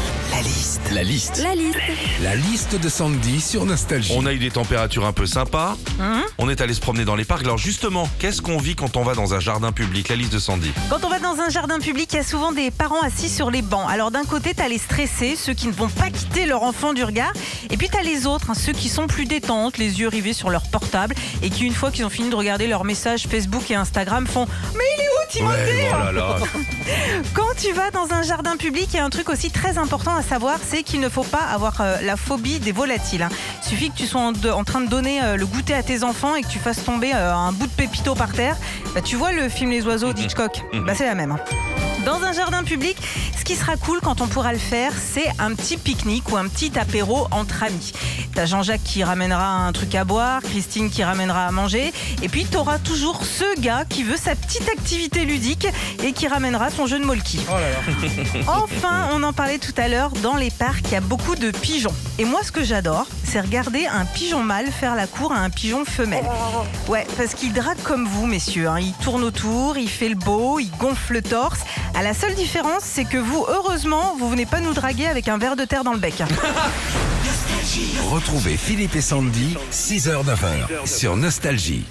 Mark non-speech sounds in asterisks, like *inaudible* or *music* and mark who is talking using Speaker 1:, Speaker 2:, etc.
Speaker 1: La liste. La liste.
Speaker 2: La liste.
Speaker 1: La liste de Sandy sur Nostalgie.
Speaker 3: On a eu des températures un peu sympas. On est allé se promener dans les parcs. Alors justement, qu'est-ce qu'on vit quand on va dans un jardin public La liste de Sandy.
Speaker 4: Quand on va dans un jardin public, il y a souvent des parents assis sur les bancs. Alors d'un côté, t'as les stressés, ceux qui ne vont pas quitter leur enfant du regard. Et puis t'as les autres, hein, ceux qui sont plus détentes, les yeux rivés sur leur portable. Et qui, une fois qu'ils ont fini de regarder leurs messages Facebook et Instagram, font « Mais il est où Timothée
Speaker 3: oh là là.
Speaker 4: Quand tu vas dans un jardin public, il y a un truc aussi très important à savoir, c'est qu'il ne faut pas avoir euh, la phobie des volatiles. hein. Il suffit que tu sois en, de- en train de donner euh, le goûter à tes enfants et que tu fasses tomber euh, un bout de pépito par terre. Bah, tu vois le film Les oiseaux d'Hitchcock bah, C'est la même. hein. Dans un jardin public, ce qui sera cool quand on pourra le faire, c'est un petit pique-nique ou un petit apéro entre amis. T'as Jean-Jacques qui ramènera un truc à boire, Christine qui ramènera à manger, et puis t'auras toujours ce gars qui veut sa petite activité ludique et qui ramènera son jeu de molki. *laughs* Enfin, on en parlait tout à l'heure, dans les parcs, il y a beaucoup de pigeons. Et moi, ce que j'adore, c'est regarder un pigeon mâle faire la cour à un pigeon femelle. Ouais, parce qu'il drague comme vous, messieurs. hein. Il tourne autour, il fait le beau, il gonfle le torse. À la seule différence, c'est que vous, heureusement, vous venez pas nous draguer avec un verre de terre dans le bec.
Speaker 1: Retrouvez Philippe et Sandy, 6h-9h sur Nostalgie.